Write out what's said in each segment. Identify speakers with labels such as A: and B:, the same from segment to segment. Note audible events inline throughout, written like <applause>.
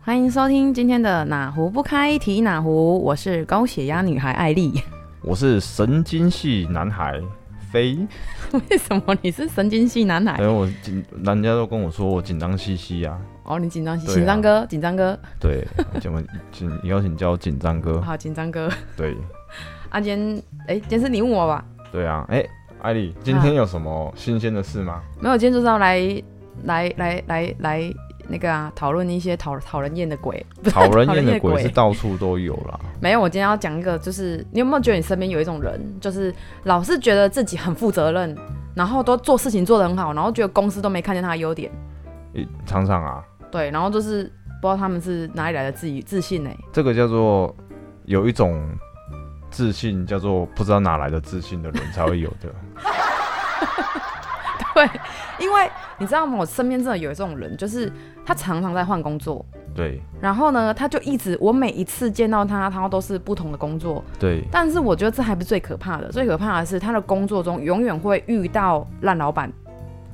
A: 欢迎收听今天的哪壶不开提哪壶，我是高血压女孩艾丽。 <laughs>
B: 我是神经系男孩飞，
A: 为什么你是神经系男
B: 因
A: 孩？
B: 为我紧，人家都跟我说我紧张兮兮啊。
A: 哦，你紧张兮，
B: 对啊
A: 紧张哥，紧张哥，
B: 对， <laughs> 怎么紧邀请叫我紧张哥？
A: 好，紧张哥。
B: 对，
A: 啊，今天，哎，今天是你问我吧？
B: 对啊。哎、艾丽，今天有什么新鲜的事吗？
A: 没有，今天就是要来，来，来，来，来，那个啊，讨论一些讨讨人厌的鬼。不是
B: 讨人
A: 讨
B: 厌
A: 厌
B: 的
A: 的
B: 鬼
A: 鬼
B: 是到处都有啦。
A: 没有，我今天要讲一个，就是你有没有觉得你身边有一种人，就是老是觉得自己很负责任，然后都做事情做得很好，然后觉得公司都没看见他的优点，
B: 诶常常啊，
A: 对，然后就是不知道他们是哪里来的自己自信呢、欸
B: 这个叫做有一种自信，叫做不知道哪来的自信的人才会有
A: <laughs>
B: 的。
A: 因为你知道吗？我身边真的有这种人，就是他常常在换工作，
B: 对
A: 然后呢，他就一直我每一次见到他，他都是不同的工作。
B: 对，
A: 但是我觉得这还不是最可怕的，最可怕的是他的工作中永远会遇到烂老板，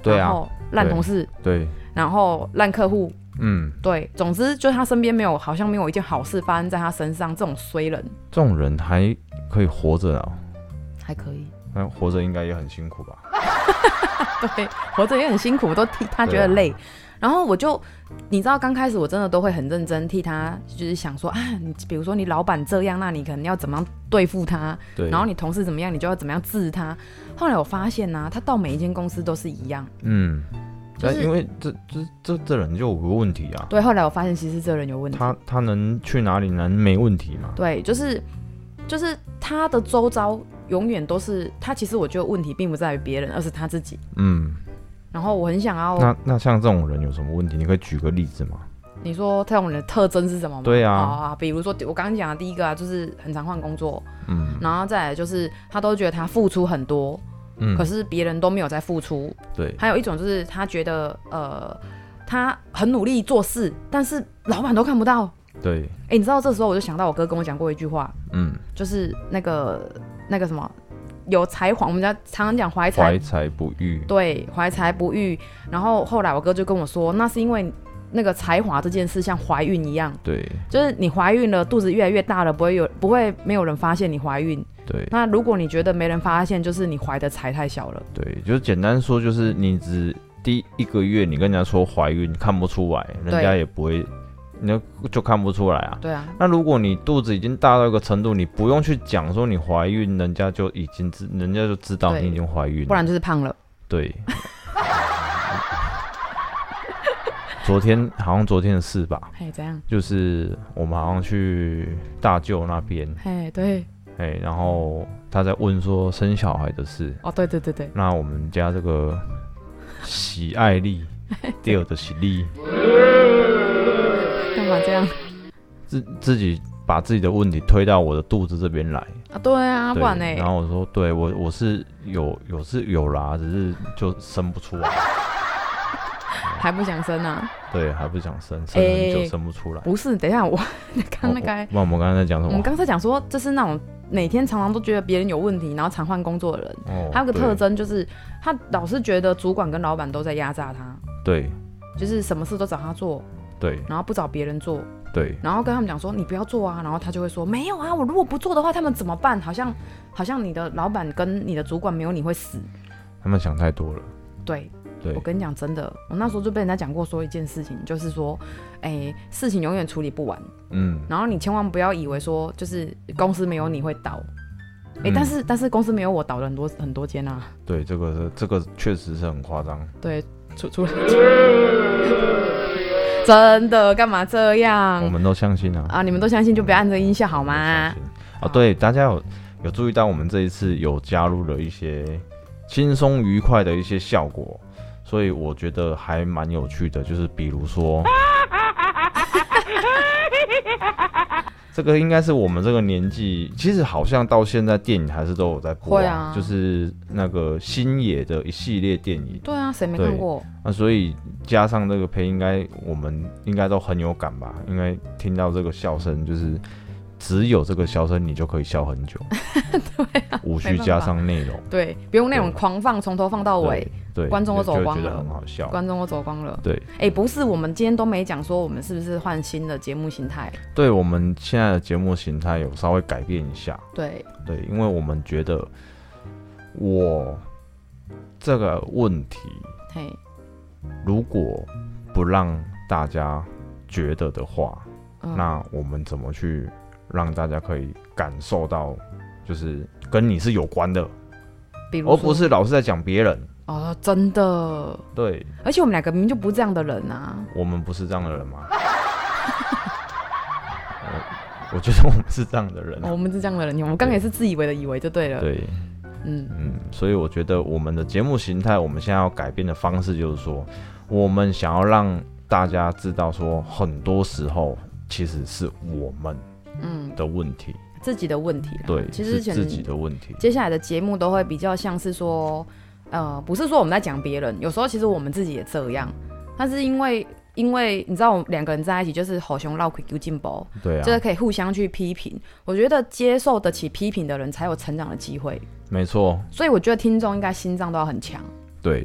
B: 对
A: 然
B: 啊，
A: 后烂同事，
B: 对，
A: 然后烂客户，
B: 嗯，
A: 对，总之就是他身边没有好像没有一件好事发生在他身上，这种衰人
B: 这种人还可以活着啊，
A: 还可以。
B: 那活着应该也很辛苦吧？
A: 对，活着也很辛苦，都替
B: 啊
A: 他觉得累。然后我就，你知道，刚开始我真的都会很认真替他，就是想说啊，你比如说你老板这样，那你可能要怎么样对付他，
B: 对，
A: 然后你同事怎么样，你就要怎么样治他。后来我发现呢、他到每一间公司都是一样。
B: 嗯，
A: 就
B: 那
A: 是
B: 因为这这这这人就有个问题啊，
A: 对，后来我发现其实这人有问题。
B: 他他能去哪里能没问题吗？
A: 对，就是就是他的周遭永远都是他。其实我觉得问题并不在于别人，而是他自己。
B: 嗯，
A: 然后我很想要
B: 那那像这种人有什么问题？你可以举个例子吗？
A: 你说这种人的特征是什么吗？
B: 对啊
A: 好啊，比如说我刚刚讲的第一个啊，就是很常换工作，
B: 嗯
A: 然后再来就是他都觉得他付出很多，可
B: 嗯，
A: 是别人都没有在付出。
B: 对
A: 还有一种就是他觉得呃，他很努力做事，但是老板都看不到。
B: 对，
A: 哎、你知道这时候我就想到我哥跟我讲过一句话，
B: 嗯，
A: 就是那个那个什么，有才华，我们家常常讲怀才
B: 怀才不遇，
A: 对，怀才不遇。然后后来我哥就跟我说，那是因为那个才华这件事像怀孕一样，
B: 对
A: 就是你怀孕了，肚子越来越大了，不会有不会没有人发现你怀孕。
B: 对
A: 那如果你觉得没人发现，就是你怀的财太小了。
B: 对，就是简单说，就是你只第一个月你跟人家说怀孕看不出来，人家
A: 对
B: 也不会，那就看不出来啊。
A: 对啊，
B: 那如果你肚子已经大到一个程度，你不用去讲说你怀孕，人家就已经知，人家就知道
A: 对
B: 你已经怀孕了。
A: 不然就是胖了。
B: 对。昨天好像昨天的事吧，
A: 嘿，怎样？
B: 就是我们好像去大舅那边，
A: 嘿，对，
B: 哎、然后他在问说生小孩的事。
A: 哦，对对对对，
B: 那我们家这个喜爱
A: <laughs>
B: 力，第二的喜力，
A: 干嘛这样
B: 自自己把自己的问题推到我的肚子这边来。
A: 啊？对啊，不
B: 对，
A: 然呢？
B: 然后我说，对我我是有有是有啦，只是就生不出来，
A: 还不想生啊？
B: 对，还不想生，生
A: 哎
B: 很久生不出来。
A: 不是，等一下我 <laughs> 刚那个，嗯
B: 那我们刚才在哦讲什
A: 我
B: 么
A: 们？刚才讲说，就是那种每天常常都觉得别人有问题，然后常换工作的人，
B: 哦
A: 还有个特
B: 对
A: 征就是他老是觉得主管跟老板都在压榨他，
B: 对
A: 就是什么事都找他做，
B: 对
A: 然后不找别人做。
B: 对
A: 然后跟他们讲说你不要做啊，然后他就会说没有啊，我如果不做的话，他们怎么办？好像好像你的老板跟你的主管没有你会死。
B: 他们想太多了，
A: 对
B: 对
A: 我跟你讲真的，我那时候就被人家讲过说一件事情，就是说，哎，事情永远处理不完，
B: 嗯，
A: 然后你千万不要以为说就是公司没有你会倒，哎、
B: 嗯
A: 但是但是公司没有我倒了很多很多间啊，
B: 对，这个是这个确实是很夸张，
A: 对，出出来， <laughs> 真的干嘛这
B: 我
A: 样
B: 们都相信啊，
A: 啊？你们都相信就不要按着音效好
B: 我们
A: 吗哦
B: 都相？信
A: 好
B: 啊，对，大家有有注意到我们这一次有加入了一些轻松愉快的一些效果，所以我觉得还蛮有趣的，就是比如
A: <laughs>
B: 说。这个应该是我们这个年纪，其实好像到现在电影还是都有在播、
A: 会啊
B: 就是那个星野的一系列电影
A: 对啊，谁没
B: 对
A: 看过？
B: 那所以加上这个配，应该我们应该都很有感吧？应该听到这个笑声，就是只有这个笑声，你就可以笑
A: <laughs>
B: 很久。
A: 啊
B: 无需加上内容，
A: 对，不用那种
B: 对
A: 狂放，从头放到尾
B: 对，，对
A: 观众都
B: 你
A: 走
B: 就就会
A: 光
B: 觉得
A: 了
B: 很好笑。
A: 观众都走光了。
B: 对，
A: 哎、不是，我们今天都没讲说我们是不是换新的节目形态。
B: 对我们现在的节目形态有稍微改变一下，
A: 对，
B: 对，因为我们觉得我这个问题
A: 嘿，
B: 如果不让大家觉得的话，
A: 嗯
B: 那我们怎么去让大家可以感受到，就是跟你是有关的，
A: 比如说
B: 而哦不是老是在讲别人。
A: 哦，真的，
B: 对
A: 而且我们两个明明就不是这样的人啊。
B: 我们不是这样的人
A: <laughs>
B: 吗？我我觉得我们是这样的人、
A: 哦我们是这样的人，我们刚刚也是自以为的以为就对了。
B: 对，
A: 嗯，
B: 嗯，所以我觉得我们的节目形态，我们现在要改变的方式就是说，我们想要让大家知道说，很多时候其实是我们
A: 嗯，
B: 的问题，
A: 自己的问题啦。
B: 对，
A: 其
B: 是
A: 实之前
B: 自己的问题，
A: 接下来的节目都会比较像是说，呃，不是说我们在讲别人，有时候其实我们自己也这样，但是因为因为你知道，我们两个人在一起就是吼熊闹鬼丢进包，
B: 对
A: 就是
B: 啊，
A: 可以互相去批评。我觉得接受得起批评的人才有成长的机会，
B: 没错，
A: 所以我觉得听众应该心脏都要很强，
B: 对。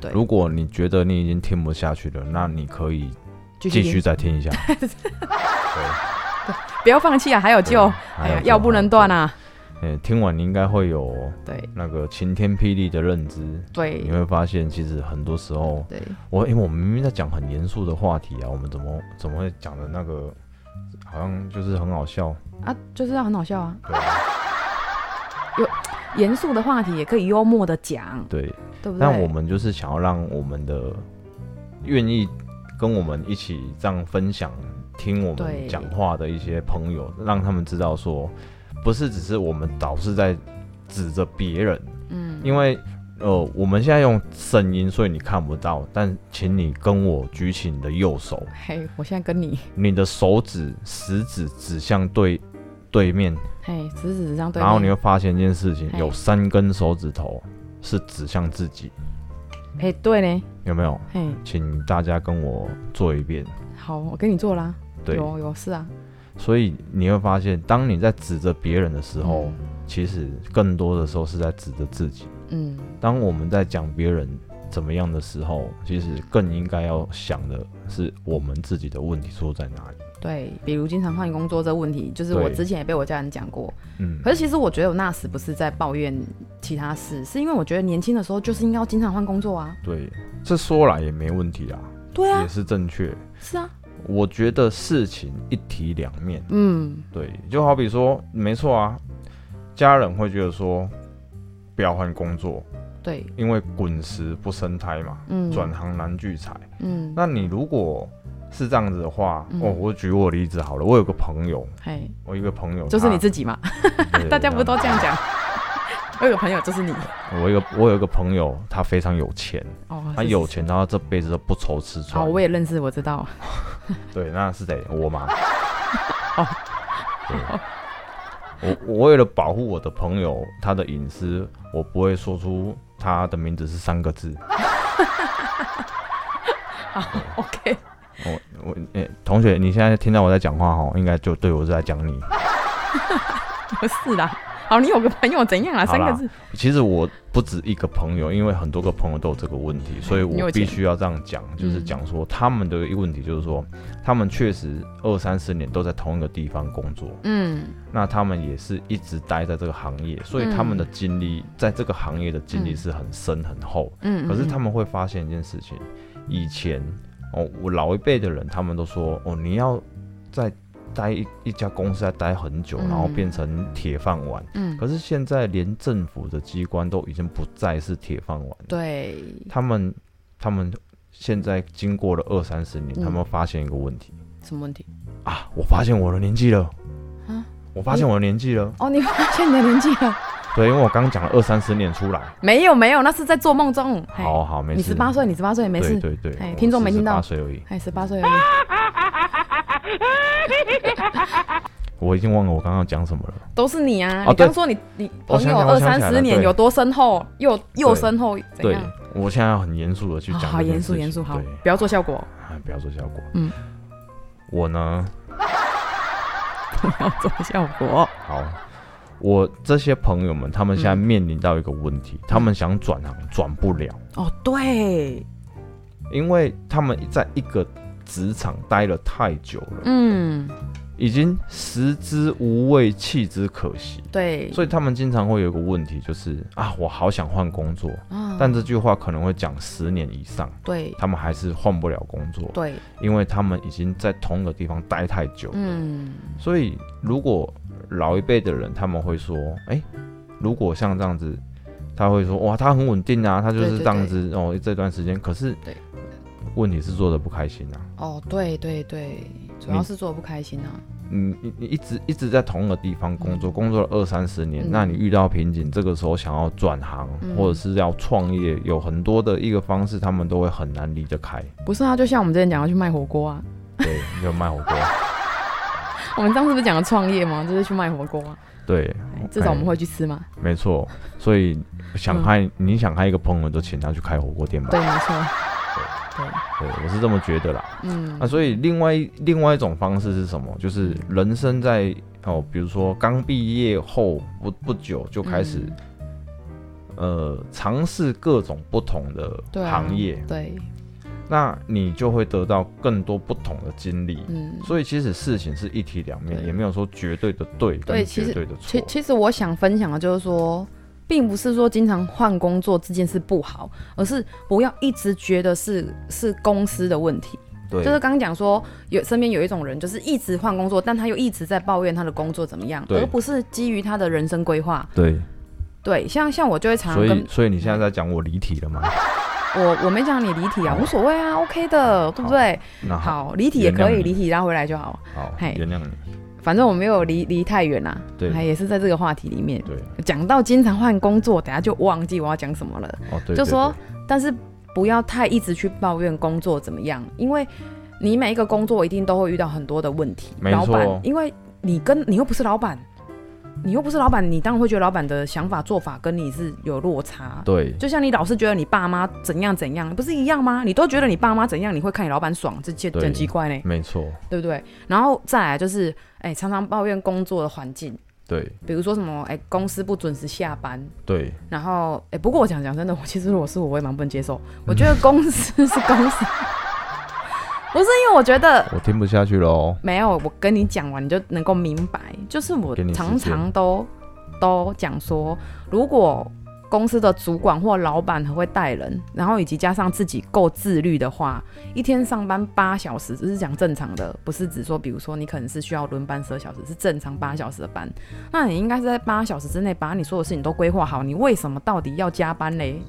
A: 对
B: 如果你觉得你已经听不下去了，那你可以
A: 继续
B: 继续
A: 听，
B: 再
A: <laughs>
B: 听一下，
A: 不要放弃啊，还有救，哎呀，药不能断
B: 啊！
A: 啊，
B: 嗯，听完你应该会有
A: 对
B: 那个晴天霹雳的认知，你
A: 对
B: 会发现其实很多时候
A: 对，
B: 我因为、我们明明在讲很严肃的话题啊，我们怎么怎么会讲的那个好像就是很好笑？
A: 啊，就是要很好笑啊，
B: 对啊
A: 严肃的话题也可以幽默的讲，
B: 对，
A: 对不对？
B: 但我们就是想要让我们的愿意跟我们一起这样分享、听我
A: 对
B: 们讲话的一些朋友，让他们知道说，不是只是我们老是在指着别人，
A: 嗯，
B: 因为呃，我们现在用声音，所以你看不到，但请你跟我举起你的右手，
A: 嘿，我现在跟你。
B: 你的手指食指指向对对面，
A: 嘿，指指上对面。
B: 然后你会发现一件事情，
A: 嘿
B: 有三根手指头是指向自己，
A: 嘿，对呢，
B: 有没有？
A: 嘿，
B: 请大家跟我做一遍。
A: 好，我给你做啦。
B: 对，
A: 有有是啊，
B: 所以你会发现，当你在指着别人的时候，
A: 嗯
B: 其实更多的时候是在指着自己。
A: 嗯，
B: 当我们在讲别人怎么样的时候，其实更应该要想的是我们自己的问题出在哪里。
A: 对，比如经常换工作这问题，就是
B: 对
A: 我之前也被我家人讲过。
B: 嗯
A: 可，是其实我觉得我那时不是在抱怨其他事，是因为我觉得年轻的时候就是应该要经常换工作啊。
B: 对，这说来也没问题啊，
A: 对
B: 也
A: 啊，
B: 是正确。
A: 是啊，
B: 我觉得事情一体两面，
A: 嗯，
B: 对，就好比说，没错啊，家人会觉得说不要换工作，
A: 对，
B: 因为滚石不生胎嘛，
A: 嗯，
B: 转行难聚财。
A: 嗯，
B: 那你如果是这样子的话，
A: 嗯
B: 哦，我举我例子好了，我有个朋友，
A: 嘿，
B: 我有一个朋友，
A: 就是
B: 他
A: 你自己嘛，
B: 啊
A: <laughs>
B: 对
A: 大家不
B: 然后
A: 都这
B: <laughs>
A: 样讲？我有个朋友就是你，
B: 我有一个我有一个朋友，他非常有钱，
A: 哦，
B: 他
A: 是
B: 有，钱，他这辈子都不愁吃
A: 是是好，
B: 穿。
A: 我也认识，我知道，
B: 对，那是谁？
A: <laughs>
B: 我妈。对，我我为了保护我的朋友他的隐私，我不会说出他的名字是三个字。
A: 好，OK，
B: 我我诶、同学，你现在听到我在讲话哦，应该就对我是在讲你。
A: 不是啦，好，你有个朋友怎样啊？
B: 好
A: 三
B: 啦
A: 个字，
B: 其实我不止一个朋友，因为很多个朋友都有这个问题，所以
A: 你有嗯
B: 我
A: 钱
B: 必须要这样讲，就是讲说他们的一个问题，就是说他们确实二三十年都在同一个地方工作，
A: 嗯。
B: 那他们也是一直待在这个行业，所以
A: 嗯
B: 他们的经历、在这个行业的经历
A: 嗯
B: 是很深很厚。
A: 嗯，
B: 可是他
A: 们
B: 们会发现一件事情，以前哦，我老一辈的人他们都说哦，你要在待一一家公司要待很久，
A: 嗯
B: 然后变成铁饭碗。
A: 嗯，
B: 可是现在连政府的机关都已经不再是铁饭碗，
A: 对，
B: 他们他们现在经过了二三十年，
A: 嗯
B: 他们发现一个问题
A: 什么问题？
B: 啊，我发现我的年纪了
A: 啊。
B: 我发现我的年纪了，
A: 哦，你发现你的年纪了？ <laughs>
B: 对，因为我刚讲了二三十年出来，
A: 没有没有，那是在做梦中。嘿
B: 好，好没事。
A: 哎你十八岁，你十八岁没事。
B: 对对对
A: 哎，听众没听到
B: 八岁而已，
A: 哎，十八岁而已，
B: 我已经忘了我刚刚讲什么了。
A: 都是你啊！
B: 哦
A: 你
B: 对哦
A: 刚说你你
B: 我
A: 朋
B: 想起来
A: 友
B: 我
A: 二
B: 想
A: 三
B: 起来
A: 十
B: 了
A: 年
B: 对
A: 有多深厚，又又深厚，怎
B: 对
A: 样？，
B: 我现在要很严肃的去
A: 哦
B: 讲、
A: 好严肃严肃，好嗯
B: 对，， <laughs> 哎
A: 不要做效果。
B: 啊不要做效果。
A: 嗯，
B: 我呢，
A: 我要做效果。
B: 好，我这些朋友们，他们现在
A: 嗯
B: 面临到一个问题，他们想转行转不了，
A: 哦，对，
B: 因为他们在一个职场待了太久了，
A: 嗯，
B: 已经食之无味，弃之可惜。
A: 对，
B: 所以他们经常会有一个问题，就是啊，我好想换工作，
A: 啊
B: 但这句话可能会讲十年以上，
A: 对
B: 他们还是换不了工作，
A: 对，
B: 因为他们已经在同一个地方待太久了。
A: 嗯，
B: 所以如果老一辈的人他们会说，哎、如果像这样子，他会说，哇，他很稳定啊，他就是
A: 对对
B: 这样子哦，这段时间，可是
A: 对
B: 问题是做的不开心啊，
A: 哦，对对对，主要是做得不开心啊。
B: 你你你一直一直在同一个地方工作，
A: 嗯
B: 工作了二三十年，
A: 嗯
B: 那你遇到瓶颈，这个时候想要转行、
A: 嗯
B: 或者是要创业，有很多的一个方式，他们都会很难离
A: <laughs>
B: 得开。
A: 不是啊，就像我们之前讲要去卖火锅啊， <laughs>
B: 对，就卖火锅，
A: 我们上次不是讲了创业吗？就是去卖火锅啊，
B: 对，
A: 哎至少我们会去吃嘛。
B: 没错。所以想开、
A: 嗯
B: 你想开一个朋友，就请他去开火锅店吧。
A: 对，没错。对，
B: 对，我是这么觉得啦。
A: 嗯
B: 那、，所以另外另外一种方式是什么？就是人生在哦，比如说刚毕业后不不久就开始、
A: 嗯
B: 呃尝试各种不同的
A: 对啊
B: 行业，
A: 对，
B: 那你就会得到更多不同的经历。
A: 嗯，
B: 所以其实事情是一体两面，
A: 对
B: 也没有说绝对的对跟
A: 对其
B: 绝
A: 实
B: 对的错
A: 其。其实我想分享的就是说，并不是说经常换工作这件事不好，而是不要一直觉得是是公司的问题。
B: 对
A: 就是刚刚讲说，有身边有一种人，就是一直换工作，但他又一直在抱怨他的工作怎么样，
B: 对
A: 而不是基于他的人生规划。
B: 对，
A: 对，像像我就会常常
B: 所以
A: 跟
B: 所以你现在在讲我离题了吗？
A: 我我没讲你离体啊，
B: 好
A: 无所谓啊，OK 的，对不对？
B: 那好，
A: 好，离体也可
B: 原谅
A: 以，
B: 你
A: 离体拉回来就嗯好。
B: 好，
A: 嘿
B: 原谅你。
A: 反正我没有离离太远啦，
B: 对
A: 还也是在这个话题里面
B: 对，
A: 讲到经常换工作，等下就忘记我要讲什么了。
B: 哦对，
A: 就
B: 对
A: 说，但是不要太一直去抱怨工作怎么样，因为你每一个工作一定都会遇到很多的问题。
B: 没
A: 老板
B: 错，
A: 因为你跟你又不是老板，你又不是老板，你当然会觉得老板的想法做法跟你是有落差。
B: 对对
A: 就像你老是觉得你爸妈怎样怎样，不是一样吗？你都觉得你爸妈怎样，你会看你老板爽，这件
B: 对
A: 很奇怪呢，
B: 没错，
A: 对不对？然后再来就是，哎、常常抱怨工作的环境，
B: 对
A: 比如说什么，哎、公司不准时下班，
B: 对
A: 然后，哎、不过我讲讲真的，我其实如果是我，我也蛮不能接受。我觉得公司是公司， <laughs> 不是因为我觉得
B: 我听不下去喽。
A: 没有，我跟你讲完你就能够明白，就是我
B: 给你时间
A: 常常都都讲说，如果公司的主管或老板很会带人，然后以及加上自己够自律的话，一天上班八小时，只是讲正常的，不是只说比如说你可能是需要轮班十二小时，是正常八小时的班，那你应该是在八小时之内把你所有事情都规划好，你为什么到底要加班嘞？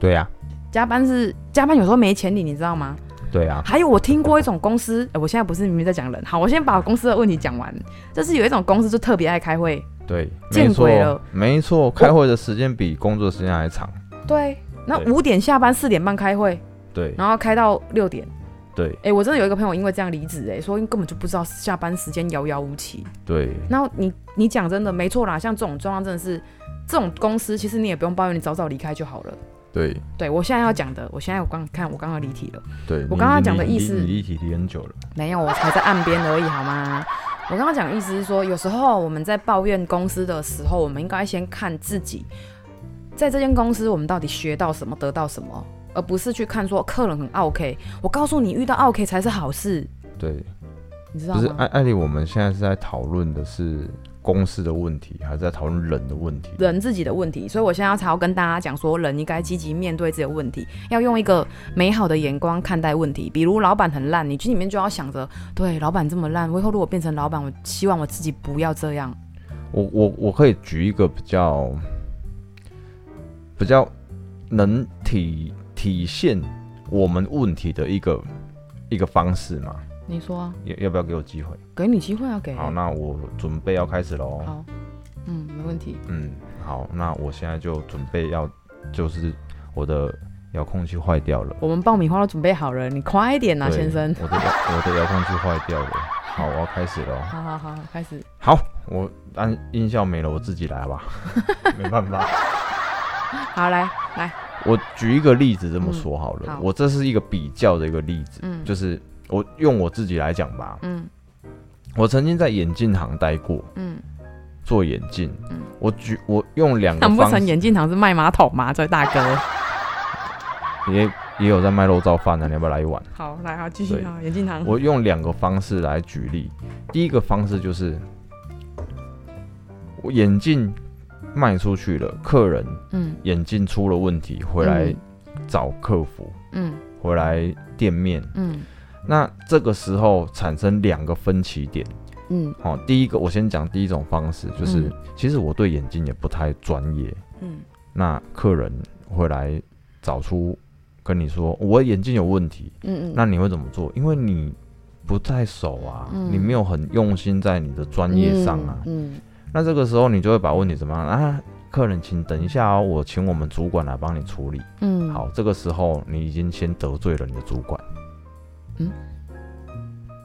B: 对啊呀、
A: 加班是加班，有时候没钱领，你知道吗？
B: 对啊呀、
A: 还有我听过一种公司，呃我现在不是明明在讲人，好，我先把公司的问题讲完。就是有一种公司就特别爱开会，
B: 对，
A: 见
B: 没错
A: 鬼了，
B: 没错，开会的时间比工作时间还长。
A: 对，那
B: 对
A: 五点下班，四点半开会，
B: 对
A: 然后开到六点。
B: 对
A: 哎、我真的有一个朋友因为这样离职，哎，说根本就不知道下班时间遥遥无期。
B: 对
A: 然后你你讲真的没错啦，像这种状况真的是，这种公司其实你也不用抱怨，你早早离开就好了。
B: 对
A: 对我现在要讲的，我现在我刚看我刚刚离题了。
B: 对，
A: 我
B: 你
A: 刚刚
B: 你
A: 讲的
B: 你
A: 意思
B: 你离题离很久了。
A: 没有，我才在岸边而已，好吗？我刚刚讲的意思是说，有时候我们在抱怨公司的时候，我们应该先看自己在这间公司我们到底学到什么，得到什么，而不是去看说客人很 OK。我告诉你，遇到 OK 才是好事，
B: 对，
A: 你知道
B: 不是啊
A: 吗？
B: 艾艾丽，我们现在是在讨论的是公司的问题，还是在讨论人的问题？
A: 人自己的问题，所以我现在要才要跟大家讲说，人应该积极面对自己的问题，要用一个美好的眼光看待问题。比如老板很烂，你心里面就要想着，对，老板这么烂，我以后如果变成老板，我希望我自己不要这样。
B: 我我我可以举一个比较比较能体体现我们问题的一个一个方式嘛？
A: 你说啊、
B: 要要不要给我机会？
A: 给你机会啊，给啊
B: 好，那我准备要开始喽。
A: 好，嗯，没问题。
B: 嗯，好，那我现在就准备要，就是我的遥控器坏掉了，
A: 我们爆米花都准备好了，你快一点呐、
B: 对
A: 先生。
B: 我的遥我的遥控器坏掉了。好，我要开始喽。
A: 好好好，开始。
B: 好，我按音效没了，我自己
A: <laughs>
B: 来吧，没办法。
A: 好，来来，
B: 我举一个例子这么说好了，
A: 嗯好
B: 我这是一个比较的一个例子，
A: 嗯
B: 就是我用我自己来讲吧，
A: 嗯
B: 我曾经在眼镜行待过，
A: 嗯，
B: 做眼镜，
A: 嗯
B: 我举我用两个
A: 难不
B: 方
A: 成眼镜堂是卖马桶吗？这位大哥，
B: 也也有在卖肉燥饭的，啊你要不要来一碗？
A: 好，来好，继
B: 对
A: 续啊，眼镜堂，
B: 我用两个方式来举例，第一个方式就是我眼镜卖出去了，客人
A: 嗯
B: 眼镜出了问题，回来
A: 嗯
B: 找客服，
A: 嗯
B: 回来店面。
A: 嗯
B: 那这个时候产生两个分歧点。
A: 嗯
B: 哦，第一个我先讲第一种方式，就是、
A: 嗯
B: 其实我对眼镜也不太专业，
A: 嗯
B: 那客人会来找出跟你说我眼镜有问题，
A: 嗯嗯，
B: 那你会怎么做？因为你不太熟啊，
A: 嗯
B: 你没有很用心在你的专业上啊。
A: 嗯
B: 那这个时候你就会把问题怎么样啊？客人，请等一下哦，我请我们主管来帮你处理。
A: 嗯，
B: 好，这个时候你已经先得罪了你的主管，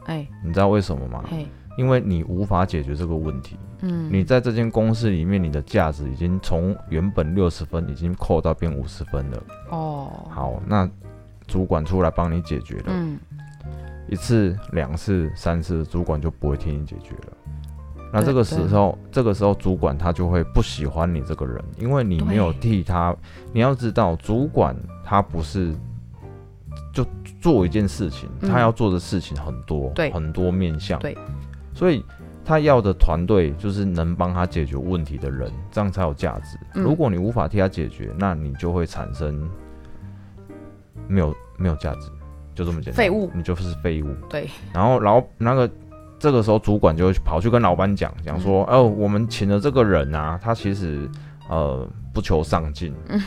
A: 哎
B: 你知道为什么吗？
A: 嘿，
B: 因为你无法解决这个问题，
A: 嗯，
B: 你在这间公司里面，你的价值已经从原本六十分已经扣到变五十分了。
A: 哦，，
B: 好，那主管出来帮你解决了，
A: 嗯，
B: 一次、两次、三次，主管就不会替你解决了。那
A: 对
B: 这个时候，这个时候主管他就会不喜欢你这个人，因为你没有
A: 对
B: 替他。你要知道，主管他不是就做一件事情，
A: 嗯
B: 他要做的事情很多，
A: 对
B: 很多面向，
A: 对，
B: 所以他要的团队就是能帮他解决问题的人，这样才有价值。
A: 嗯
B: 如果你无法替他解决，那你就会产生没有没有价值，就这么简单，
A: 废物
B: 你就是废物。
A: 对，
B: 然后老那个这个时候主管就会跑去跟老板讲，讲说，
A: 嗯
B: 哦，我们请的这个人啊，他其实呃不求上进，
A: 嗯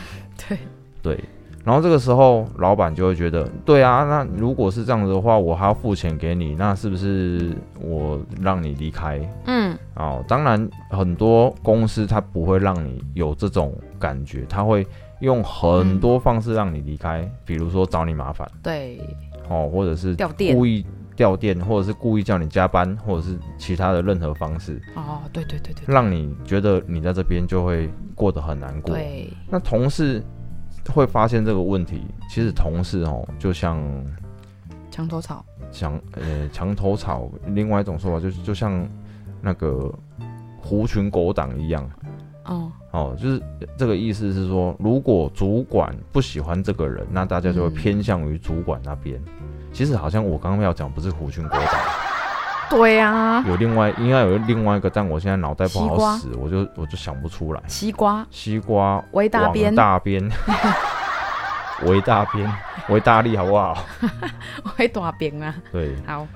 A: 对，
B: 对。然后这个时候，老板就会觉得，对啊，那如果是这样子的话，我还要付钱给你，那是不是我让你离开？
A: 嗯
B: 哦，当然，很多公司它不会让你有这种感觉，它会用很多方式让你离开，比如说找你麻烦，
A: 对，
B: 哦，或者是
A: 掉电
B: 故意掉电，或者是故意叫你加班，或者是其他的任何方式，
A: 哦，对对对对对
B: 让你觉得你在这边就会过得很难过。
A: 对，
B: 那同事会发现这个问题，其实同事哦，就像
A: 墙头草，
B: 墙呃墙头草，另外一种说法就是就像那个狐群狗党一样。
A: 哦，
B: 哦，就是这个意思是说，如果主管不喜欢这个人，那大家就会
A: 嗯
B: 偏向于主管那边。其实好像我刚刚要讲不是狐群狗
A: <laughs>
B: 党，
A: 对啊，
B: 有另外应该有另外一个，但我现在脑袋不
A: 西
B: 好
A: 瓜
B: 使，我就我就想不出来。
A: 西瓜
B: 西瓜
A: 围大
B: 往
A: 边，
B: 大边， <laughs> 维大边，维大利好不好？
A: 围大边啊，
B: 对
A: 好，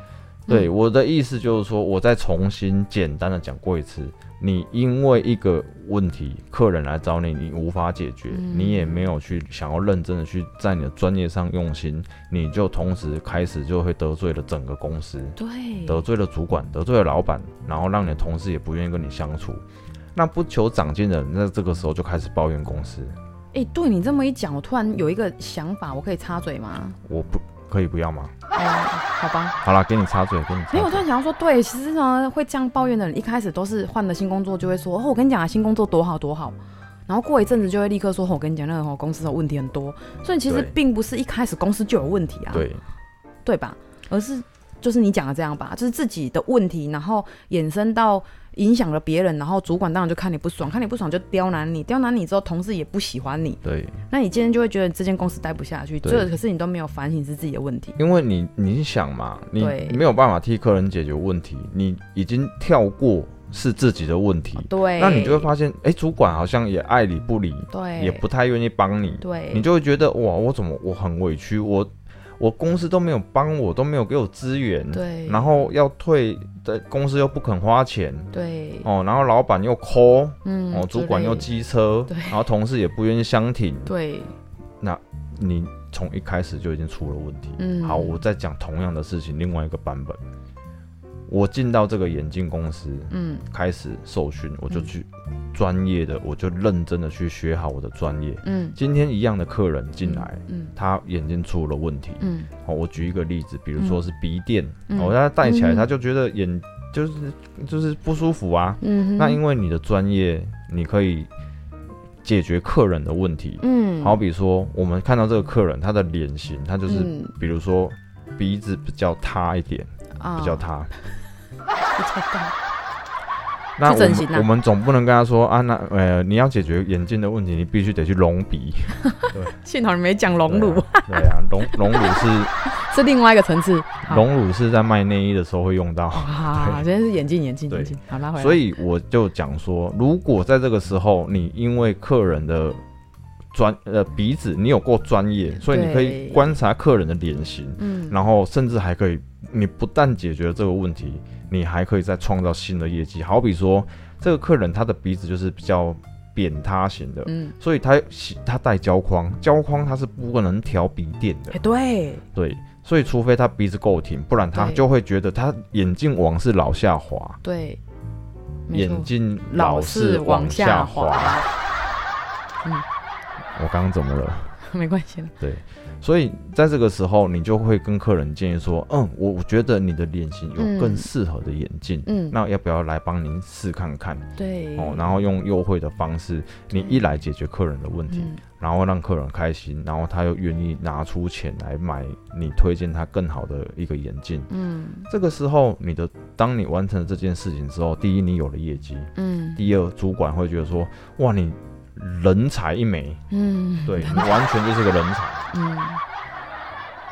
B: 对，我的意思就是说，我再重新简单的讲过一次，你因为一个问题，客人来找你，你无法解决，
A: 嗯
B: 你也没有去想要认真的去在你的专业上用心，你就同时开始就会得罪了整个公司，
A: 对，
B: 得罪了主管，得罪了老板，然后让你的同事也不愿意跟你相处。那不求长进的人，那这个时候就开始抱怨公司，
A: 哎、对你这么一讲，我突然有一个想法，我可以插嘴吗？
B: 我不可以不要吗？
A: 哦、好吧。
B: 好啦，给你插嘴，给你插
A: 因为我
B: 嘴
A: 突。然想要说，对，其实呢，会这样抱怨的人，一开始都是换了新工作就会说，哦，我跟你讲啊，新工作多好多好。然后过一阵子就会立刻说，哦，我跟你讲，那个哦公司的问题很多。所以其实
B: 对
A: 并不是一开始公司就有问题啊，
B: 对，
A: 对吧？而是就是你讲的这样吧，就是自己的问题，然后衍生到影响了别人，然后主管当然就看你不爽，看你不爽就刁难你，刁难你之后，同事也不喜欢你，
B: 对，
A: 那你今天就会觉得这间公司待不下去，
B: 对
A: 这可是你都没有反省是自己的问题。
B: 因为你你想嘛，你
A: 对
B: 没有办法替客人解决问题，你已经跳过是自己的问题，
A: 对，
B: 那你就会发现，哎、主管好像也爱理不理，
A: 对，
B: 也不太愿意帮你，
A: 对，
B: 你就会觉得哇，我怎么我很委屈，我我公司都没有帮我，都没有给我资源，
A: 对，
B: 然后要退的公司又不肯花钱。
A: 对，
B: 哦，然后老板又抠，
A: 嗯，
B: 哦，主管又
A: 之类
B: 机车，
A: 对
B: 然后同事也不愿意相挺，
A: 对，
B: 你从一开始就已经出了问题。
A: 嗯，
B: 好，我再讲同样的事情，另外一个版本。我进到这个眼镜公司
A: 嗯
B: 开始受训，我就去专业的，我就认真的去学好我的专业。
A: 嗯
B: 今天一样的客人进来，
A: 嗯
B: 他眼睛出了问题。
A: 嗯
B: 好，我举一个例子，比如说是鼻垫，
A: 嗯
B: 我他戴起来
A: 嗯
B: 他就觉得眼就是就是不舒服啊。
A: 嗯，
B: 那因为你的专业，你可以解决客人的问题。
A: 嗯
B: 好比说，我们看到这个客人，他的脸型，他就是
A: 嗯
B: 比如说鼻子比较塌一点，
A: 啊
B: 比较塌，
A: <laughs> 比较大。
B: 那我
A: 去整
B: 们
A: 形啊
B: 我们总不能跟他说啊，那呃，你要解决眼睛的问题，你必须得去隆鼻。
A: 幸好你没讲隆乳，
B: 对啊，隆隆乳是
A: 是另外一个层次。 <laughs> 好
B: 隆乳是在卖内衣的时候会用到，
A: 哇，真是眼镜眼镜
B: 对
A: 眼镜，好拉回来。
B: 所以我就讲说，如果在这个时候你因为客人的专呃鼻子你有够专业，所以你可以
A: 对
B: 观察客人的脸型，
A: 嗯，
B: 然后甚至还可以，你不但解决了这个问题，你还可以再创造新的业绩。好比说，这个客人他的鼻子就是比较扁塌型的，
A: 嗯，
B: 所以他喜他戴胶框，胶框它是不能调鼻垫的
A: 哎，，对，
B: 对，所以除非他鼻子够挺，不然他
A: 对
B: 就会觉得他眼镜往是老下滑，
A: 对，没错
B: 眼镜
A: 老
B: 是
A: 是往
B: 下
A: 下滑，
B: 我刚刚怎么了？
A: <laughs> 没关系了。
B: 所以在这个时候，你就会跟客人建议说，嗯，我我觉得你的脸型有更
A: 嗯
B: 适合的眼镜。
A: 嗯，
B: 那要不要来帮您试看看
A: 对，
B: 哦？然后用优惠的方式，你一来解决客人的问题，
A: 嗯，
B: 然后让客人开心，然后他又愿意拿出钱来买你推荐他更好的一个眼镜。
A: 嗯
B: 这个时候，你的当你完成了这件事情之后，第一你有了业绩，
A: 嗯
B: 第二主管会觉得说，哇，你人才一枚，
A: 嗯， <laughs>
B: 对你完全就是个人才。
A: 嗯，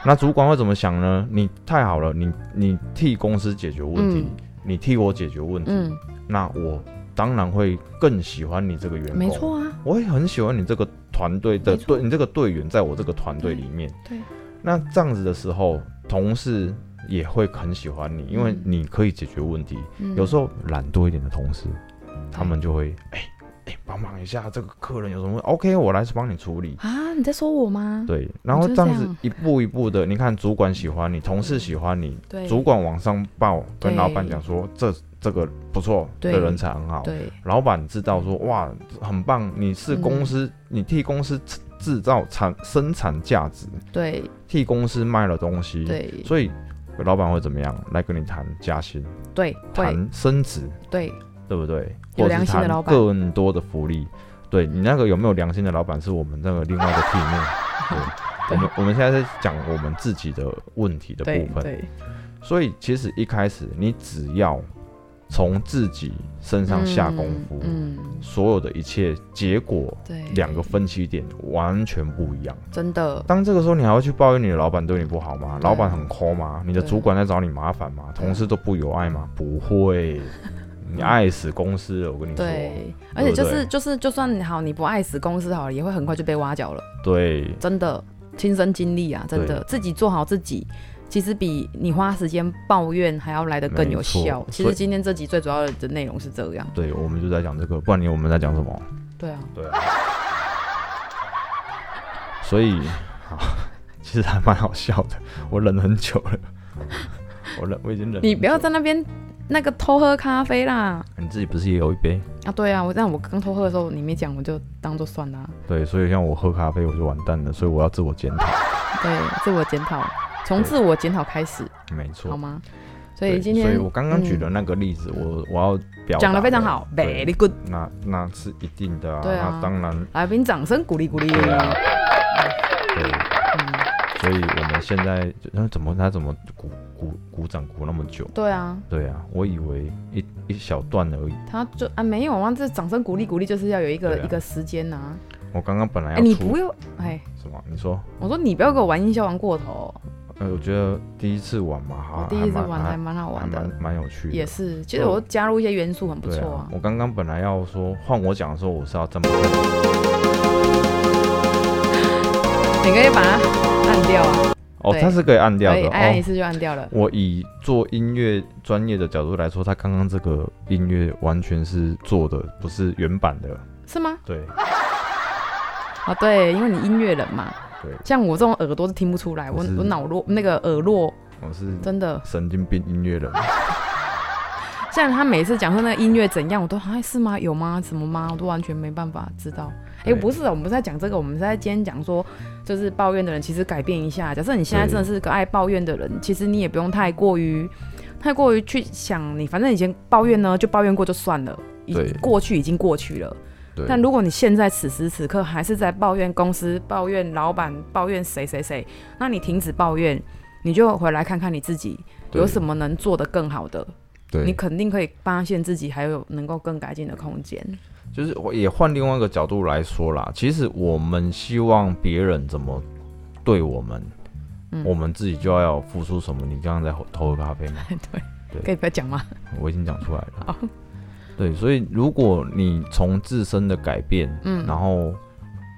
B: 那主管会怎么想呢？你太好了，你你替公司解决问题，
A: 嗯
B: 你替我解决问题，
A: 嗯，
B: 那我当然会更喜欢你这个员工。
A: 没，错啊，
B: 我也很喜欢你这个团队的
A: 没错嗯
B: 队，你这个队员在我这个团队里面。
A: 对，
B: 那这样子的时候，同事也会很喜欢你，因为
A: 嗯
B: 你可以解决问题。
A: 嗯
B: 有时候懒惰一点的同事，他们就会哎哎帮忙一下，这个客人有什么问，OK，我来帮你处理。
A: 啊，你在说我吗？
B: 对，然后
A: 就是
B: 这样
A: 这
B: 子
A: 样
B: 一步一步的，你看主管喜欢你，同事喜欢你，
A: 对，
B: 主管往上报，跟
A: 对
B: 老板讲说这这个不错，这
A: 对
B: 人才很好，
A: 对，
B: 老板知道
A: 嗯
B: 说哇很棒，你是公司，你替公司制制造产生产价值，
A: 对
B: 替公司卖了东西，，
A: 对
B: 所以老板会怎么样来跟你谈加薪、
A: 对会
B: 谈升职，
A: 对
B: 对不对？
A: 有
B: 或者
A: 良
B: 是
A: 心的
B: 谈
A: 老板
B: 更多的福利。对你那个有没有良心的老板，是我们那个另外的
A: <laughs>
B: 题目。我
A: 对
B: 们我们现在在讲我们自己的问题的
A: 对
B: 部分，
A: 对，
B: 所以其实一开始你只要从自己身上下功夫，
A: 嗯，
B: 所有的一切结果
A: 对，
B: 两个分歧点完全不一样。
A: 真的，
B: 当这个时候你还会去抱怨你的老板对你不好吗？
A: 对
B: 老板很抠吗？你的
A: 对
B: 主管在找你麻烦吗？
A: 对
B: 同事都不友爱吗？不会，你爱死公司了，我跟你说。
A: 对，而且就
B: 对
A: 是就是，就算你好，你不爱死公司好了，也会很快就被挖角了，
B: 对
A: 真的，亲身经历啊，真的，自己做好自己。其实比你花时间抱怨还要来得更有
B: 没错
A: 效。其
B: 所
A: 实
B: 以
A: 今天这集最主要的内容是这样。
B: 对，我们就在讲这个，不然你我们在讲什么？
A: 对啊，
B: 对啊。所以，好，其实还蛮好笑的。我忍很久
A: <laughs>
B: 了，我忍，我已经忍很久了。
A: 你不要在那边那个偷喝咖啡啦！
B: 你自己不是也有一杯？
A: 啊，对啊，我但我刚偷喝的时候你没讲，我就当做算了啊、
B: 对，所以像我喝咖啡我就完蛋了，所以我要自我检讨。
A: 对，自我检讨，从自我检讨开始，
B: 没
A: 好
B: 错。
A: 吗？所
B: 对
A: 以今天嗯
B: 所以我刚刚举的那个例子，我我要表达
A: 讲的非常好
B: 对
A: ，very good，
B: 那那是一定的啊，
A: 对啊
B: 那当然，
A: 来宾掌声鼓励鼓励。
B: 对啊，对，
A: 嗯，
B: 所以我们现在就那怎么他怎么鼓鼓鼓掌鼓那么久？
A: 对啊，
B: 对啊，我以为一一小段而已。
A: 他就啊没有啊，这掌声鼓励鼓励就是要有一个、
B: 对啊
A: 一个时间呐、
B: 我刚刚本来
A: 哎、
B: 要
A: 你
B: 出
A: 不用哎，
B: 什么？你说？
A: 我说你不要给我玩音效玩过头，
B: 呃，我觉得第一次玩嘛，
A: 我
B: 哈，
A: 哦第一次玩还
B: 啊还蛮
A: 蛮好
B: 还
A: 玩的，
B: 蛮蛮有趣的。
A: 也是。其实
B: 对
A: 我加入一些元素很不
B: 对
A: 错
B: 啊
A: 啊。。
B: 我刚刚本来要说换我讲的时候，我是要这么
A: 你可以把它按掉啊，
B: 哦，
A: 对
B: 它是可以按啊掉
A: 可以哎
B: 的
A: 按按一
B: 哦。
A: 次就按掉了。
B: 我以做音乐专业的角度来说，他刚刚这个音乐完全是做的，不是原版的。
A: 是吗？
B: 对，
A: <laughs> 啊，对，因为你音乐人嘛。
B: 对
A: 像我这种耳朵是听不出来，我
B: 我是
A: 我脑弱，那个耳弱，
B: 我是
A: 真的。
B: 神经病音乐人。
A: 像他每次讲说那个音乐怎样，我都哎是吗？有吗？什么吗？我都完全没办法知道。哎、
B: 对
A: 不是，我们不是在讲这个，我们是在今天讲说，就是抱怨的人其实改变一下。假设你现在真的是个爱抱怨的人，其实你也不用太过于太过于去想你，反正以前抱怨呢就抱怨过就算了，已
B: 对
A: 过去已经过去了。
B: 对，
A: 但如果你现在此时此刻还是在抱怨公司、抱怨老板、抱怨谁谁谁，那你停止抱怨，你就回来看看你自己有什
B: 么？
A: 么能做得更好的，
B: 对，
A: 你肯定可以发现自己还有能够更改进的空间。
B: 就是我也换另外一个角度来说啦，其实我们希望别人怎么对我们，
A: 嗯
B: 我们自己就要有付出什么。你刚刚在偷偷喝咖啡
A: <laughs>
B: 吗？
A: 对，
B: 对
A: 可以不要讲吗？
B: 我已经讲出来
A: 好
B: 了。对，所以如果你从自身的改变，
A: 嗯
B: 然后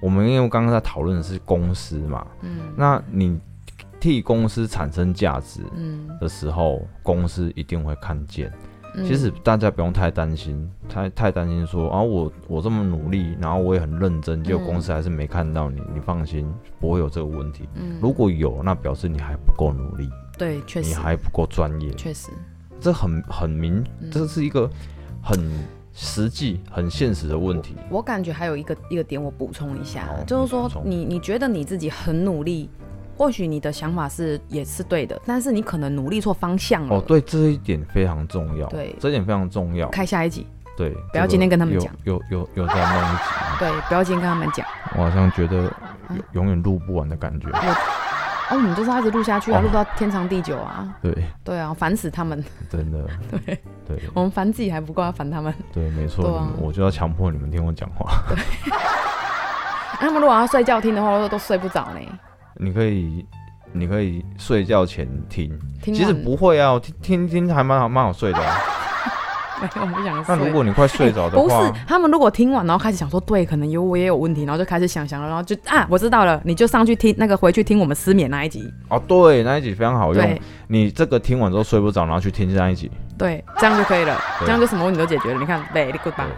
B: 我们因为刚刚在讨论的是公司嘛，
A: 嗯
B: 那你替公司产生价值
A: 嗯，
B: 的时候，公司一定会看见。
A: 嗯
B: 其实大家不用太担心，太太担心说啊，我我这么努力，然后我也很认真，结果公司还是没看到你，你放心，不会有这个问题。
A: 嗯
B: 如果有，那表示你还不够努力，
A: 对，确
B: 你
A: 实
B: 还不够专业，
A: 确实，
B: 这很很明，
A: 嗯
B: 这是一个很实际、很现实的问题。
A: 我感觉还有一个一个点，我补充一下
B: 好，
A: 就是
B: 你
A: 说
B: 补充
A: 你你觉得你自己很努力，或许你的想法是也是对的，但是你可能努力错方向了。
B: 哦，，对，这一点非常重要，
A: 嗯对
B: 这一点非常重要，
A: 开下一集，
B: 对，
A: 不要今天跟他们讲，
B: 有有有在弄
A: <laughs>
B: 一集，
A: 对，不要今天跟他们讲，
B: 我好像觉得
A: 嗯
B: 永永远录不完的感觉，
A: 哦，我们就是要一直录下去啊，
B: 哦
A: 录到天长地久啊，
B: 对，
A: 对啊，烦死他们， <laughs>
B: 真的，
A: 对
B: 对。
A: 我们烦自己还不够，要烦他们。
B: 对，没错，
A: 对
B: 你
A: 啊
B: 们我就要强迫你们听我讲话。
A: 啊他们如果要睡觉听的话，都都睡不着呢。
B: 你可以，你可以睡觉前听，
A: 听
B: 其实
A: 完
B: 不会啊，听听听还蛮好蛮好睡
A: <laughs>
B: 的、啊。
A: 没 <laughs> 有，我不想睡。
B: 那如果你快睡着
A: <laughs>
B: 的
A: 不
B: 话，
A: 是，他们如果听完然后开始想说，对，可能有我也有问题，然后就开始想想了，然后就啊，我知道了，你就上去听那个回去听我们失眠那一集，
B: 哦，对，那一集非常好用
A: 对。
B: 你这个听完之后睡不着，然后去听下一集，
A: 对，这样就可以了，
B: 对
A: 这样就什么问题都解决了。你看，very good 吧
B: 对？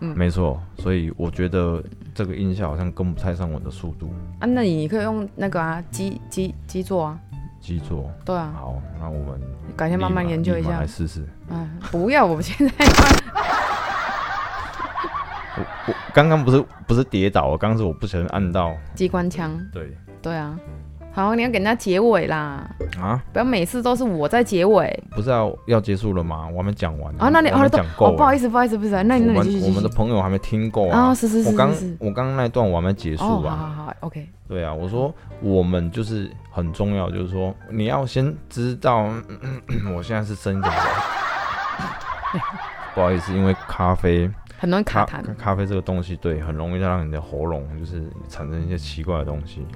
A: 嗯
B: 没错。所以我觉得这个音效好像跟不太上我的速度。
A: 啊，那你可以用那个啊，基基基座啊，
B: 记住，
A: 对啊，
B: 好，那我们
A: 改天慢慢
B: 立马
A: 研究一
B: 立马
A: 下
B: 来。试试。
A: 嗯，不要，我们现在
B: 我我刚刚不是不是跌倒，哦刚刚是我不小心按到。
A: 机关枪，
B: 对
A: 对啊。好，你要给人家结尾啦，
B: 啊，
A: 不要每次都是我在结尾
B: 不是要要结束了吗？我还没讲完呢
A: 啊。那你
B: 我还
A: 哦
B: 没
A: 都
B: 讲
A: 哦，
B: 够
A: 不好
B: 欸。
A: 意思，不好意思，不是，那你
B: 我
A: 那
B: 们
A: 你继续
B: 我们
A: 继
B: 的
A: 续
B: 朋友还没听够
A: 啊，
B: 啊！
A: 是是是
B: 我刚
A: 是是，
B: 我刚刚那一段我还没结
A: 哦，
B: 束
A: 好
B: 啊。
A: 好好，OK，
B: 对啊，我说我们就是很重要，就是说你要先知道， <coughs> 嗯嗯嗯我现在是声音怎么了？ <coughs> 不好意思，因为咖啡
A: 很容易
B: 咖
A: 卡痰。
B: 咖啡这个东西，对，很容易让你的喉咙就是产生一些奇怪的东西。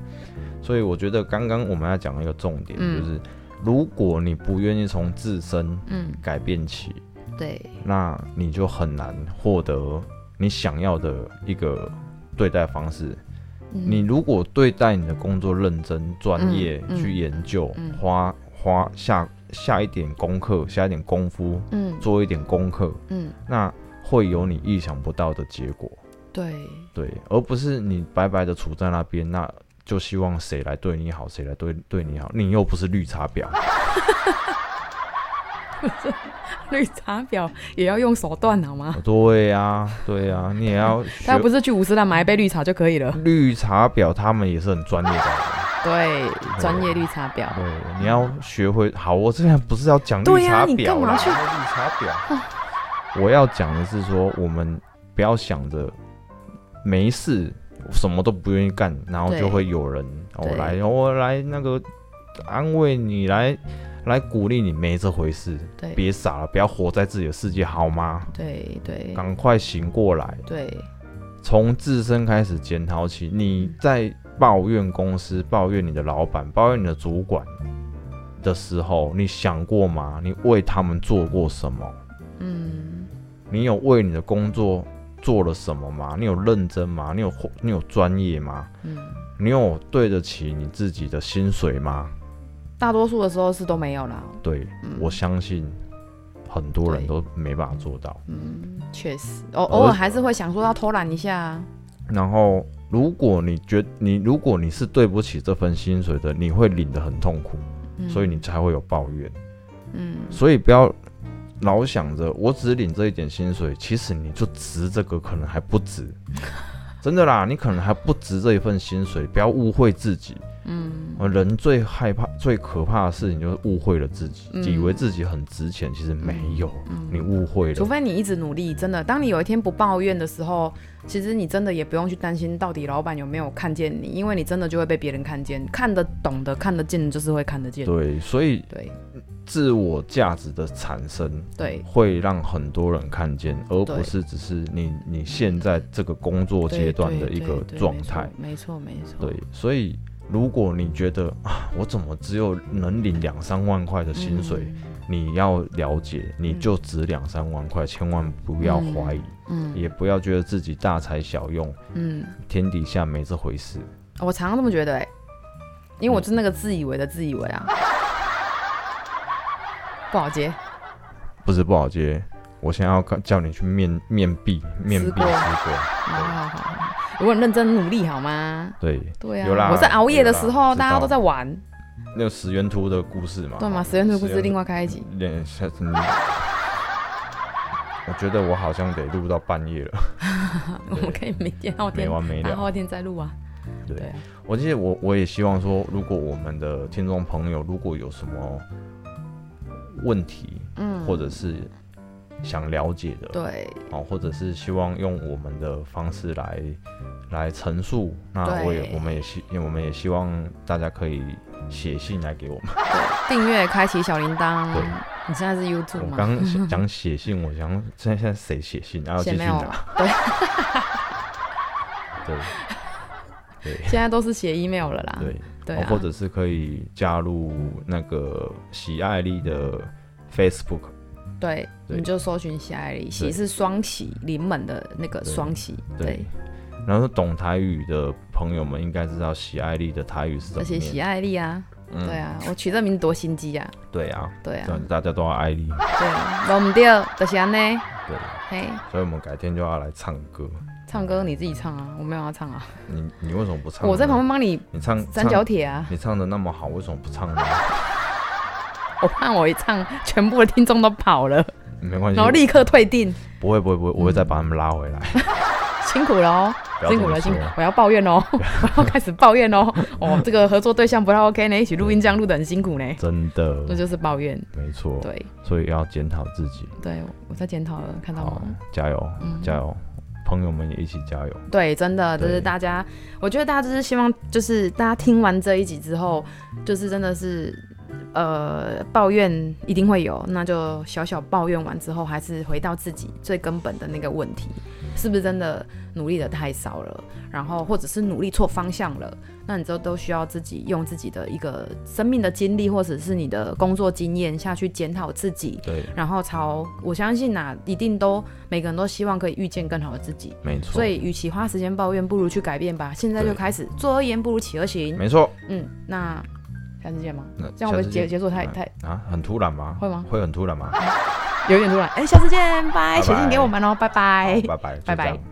B: 所以我觉得刚刚我们要讲的一个重点，
A: 嗯
B: 就是如果你不愿意从自身
A: 嗯，
B: 改变起，
A: 对，
B: 那你就很难获得你想要的一个对待方式。
A: 嗯
B: 你如果对待你的工作认真、专业，
A: 嗯
B: 去研究，
A: 嗯
B: 花花下下一点功课，下一点功夫，
A: 嗯
B: 做一点功课，
A: 嗯，
B: 那会有你意想不到的结果。
A: 对，
B: 对，而不是你白白的处在那边，那就希望谁来对你好，谁来对对你好，你又不是绿茶
A: <laughs>
B: 婊。
A: <laughs> 绿茶婊也要用手段好吗？
B: 对呀、对呀、你也要学
A: 他不是去五十兰买一杯绿茶就可以了。
B: 绿茶婊他们也是很专业的，啊
A: 对，专业绿茶婊。
B: 对，你要学会。好，我现在不是要讲
A: 啊对
B: 绿
A: 呀
B: 茶
A: 你干
B: 婊
A: 嘛
B: 啦，
A: 去
B: 绿茶婊。我要讲的是说，我们不要想着没事，什么都不愿意干，然后
A: 对
B: 就会有人我、
A: 对
B: 来，我、来那个安慰你，来来鼓励你，没这回事。
A: 对
B: 别傻了，不要活在自己的世界，好吗？
A: 对对
B: 赶快醒过来，
A: 对，
B: 从自身开始检讨起。你在抱怨公司、抱怨你的老板、抱怨你的主管的时候，你想过吗？你为他们做过什么？
A: 嗯
B: 你有为你的工作做了什么吗？你有认真吗？你有你有专业吗？
A: 嗯，
B: 你有对得起你自己的薪水吗？
A: 大多数的时候是都没有啦。
B: 对、
A: 嗯
B: 我相信很多人
A: 对
B: 都没办法做到。
A: 嗯，确实，偶偶尔还是会想说要偷懒一下啊。
B: 然后，如果你觉你如果你是对不起这份薪水的，你会领得很痛苦，
A: 嗯
B: 所以你才会有抱怨。
A: 嗯
B: 所以不要老想着我只领这一点薪水，其实你就值这个可能还
A: <laughs>
B: 不值，真的啦，你可能还不值这一份薪水。不要误会自己，
A: 嗯
B: 呃人最害怕、最可怕的事情就是误会了自己，
A: 嗯
B: 以为自己很值钱，其实没有，你
A: 嗯，
B: 误会
A: 除
B: 了。
A: 非你一直努力，真的，当你有一天不抱怨的时候，其实你真的也不用去担心到底老板有没有看见你，因为你真的就会被别人看见，看得懂的、看得见的就是会看得见。
B: 对，所以
A: 对，
B: 自我价值的产生，
A: 对
B: 会让很多人看见，而
A: 对
B: 不是只是你你现在这个工作阶段的一个状态。，
A: 没错没错，
B: 对，所以如果你觉得啊，我怎么只有能领两三万块的薪水，你要了解，你
A: 嗯
B: 就值两三万块，千万不要怀疑，
A: 嗯，嗯
B: 也不要觉得自己大材小用，
A: 嗯，
B: 天底下没这回事。
A: 我常常这么觉得哎、因
B: 嗯
A: 为我是那个自以为的自以为啊，不好接，
B: 不是不好接，我现在要叫你去面面壁，面壁思
A: 过
B: 过。
A: 好好好好好，我很认真努力好吗？
B: 对，
A: 对啊，
B: 有啦
A: 我在熬夜的时
B: 有啦
A: 候，
B: 知道
A: 大
B: 啊
A: 家都在玩，
B: 那个石原图的故事嘛，
A: 对吗？实验图故事另
B: 外
A: 外开一集，
B: 练下次你。我觉得我好像得录到半夜了，
A: <laughs> 我们可以明天后
B: 啊没
A: 天，
B: 完没
A: 然后
B: 了。
A: 后天再录啊。
B: 对
A: 对啊，
B: 我记得我我也希望说，如果我们的听众朋友如果有什么问题，
A: 嗯，
B: 或者是想了解的，
A: 对
B: 哦，或者是希望用我们的方式来来陈述，那
A: 对
B: 我也我们也希我们也希望大家可以写信来给我们。
A: 订阅，开启小铃铛
B: 对。
A: 你现在是 YouTube
B: <laughs> 我
A: 吗？
B: 刚想讲写信，我想现在现在谁写信，啊然后继
A: 写啊
B: 续
A: 没有
B: 拿。对
A: 啊
B: 对
A: 现在都是写 email 了啦。
B: 对，
A: 对
B: 哦
A: 啊，
B: 或者是可以加入那个喜爱力的 Facebook，
A: 对，
B: 对
A: 你就搜寻喜爱里，喜是双喜临门的那个双喜，对，
B: 然后懂台语的朋友们应该知道喜爱力的台语是怎
A: 而
B: 么
A: 且喜
B: 念。
A: 爱丽啊，
B: 嗯
A: 对啊，我取这名字多心机啊，
B: 对啊，
A: 对
B: 这
A: 啊
B: 样，子大家都要爱力。
A: 对啊，我们掉就是安呢，
B: 对，
A: 嘿，
B: 所以我们改天就要来唱歌。
A: 唱歌你自己唱啊，我没有要唱啊，
B: 你你为什么不唱呢？啊
A: 我在旁边帮你
B: 你唱
A: 斩
B: 唱
A: 角铁啊，
B: 你唱的那么好，为什么不唱呢？
A: 我怕我一唱，全部的听众都跑了，
B: 没关系
A: 然后，立刻退订，
B: 不会不会不会，
A: 嗯
B: 我会再把他们拉回来。
A: 辛苦了哦，
B: 不要
A: 辛
B: 这
A: 苦
B: 么
A: 了，辛苦
B: 说。，
A: 我要抱怨
B: <laughs>
A: 哦，我要开始抱怨哦，哦，这个合作对象不太 OK 呢，一起录音这样录的很辛苦呢，
B: 真
A: 这
B: 的，
A: 就是抱怨，
B: 没错。
A: 对
B: 所以要检讨自己。
A: 对，我在检讨了，看到
B: 好
A: 吗？，
B: 加油，
A: 嗯
B: 加油，朋友们也一起加油。
A: 对，真的就
B: 对
A: 是大家，我觉得大家就是希望，就是大家听完这一集之后，就是真的是，呃，抱怨一定会有，那就小小抱怨完之后，还是回到自己最根本的那个问题，是不是真的努力的太少了，然后或者是努力错方向了，那你就都需要自己用自己的一个生命的经历，或者是你的工作经验下去检讨自己。
B: 对，
A: 然后朝我相信呐、一定都每个人都希望可以遇见更好的自己，
B: 没错。
A: 所以，与其花时间抱怨，不如去改变吧。现在就
B: 对
A: 开始，坐而言不如起而行。
B: 没错。
A: 嗯，那下次见吗？
B: 那
A: 这样我
B: 下
A: 们
B: 次
A: 结
B: 见
A: 结束太太
B: 啊，很突然吗？
A: 会吗？
B: 会很突然吗？
A: 有点突然。哎、下次见，拜，
B: 拜
A: 写信给
B: 拜
A: 我们哦，拜拜
B: 好拜拜，就
A: 拜
B: 这
A: 拜
B: 样。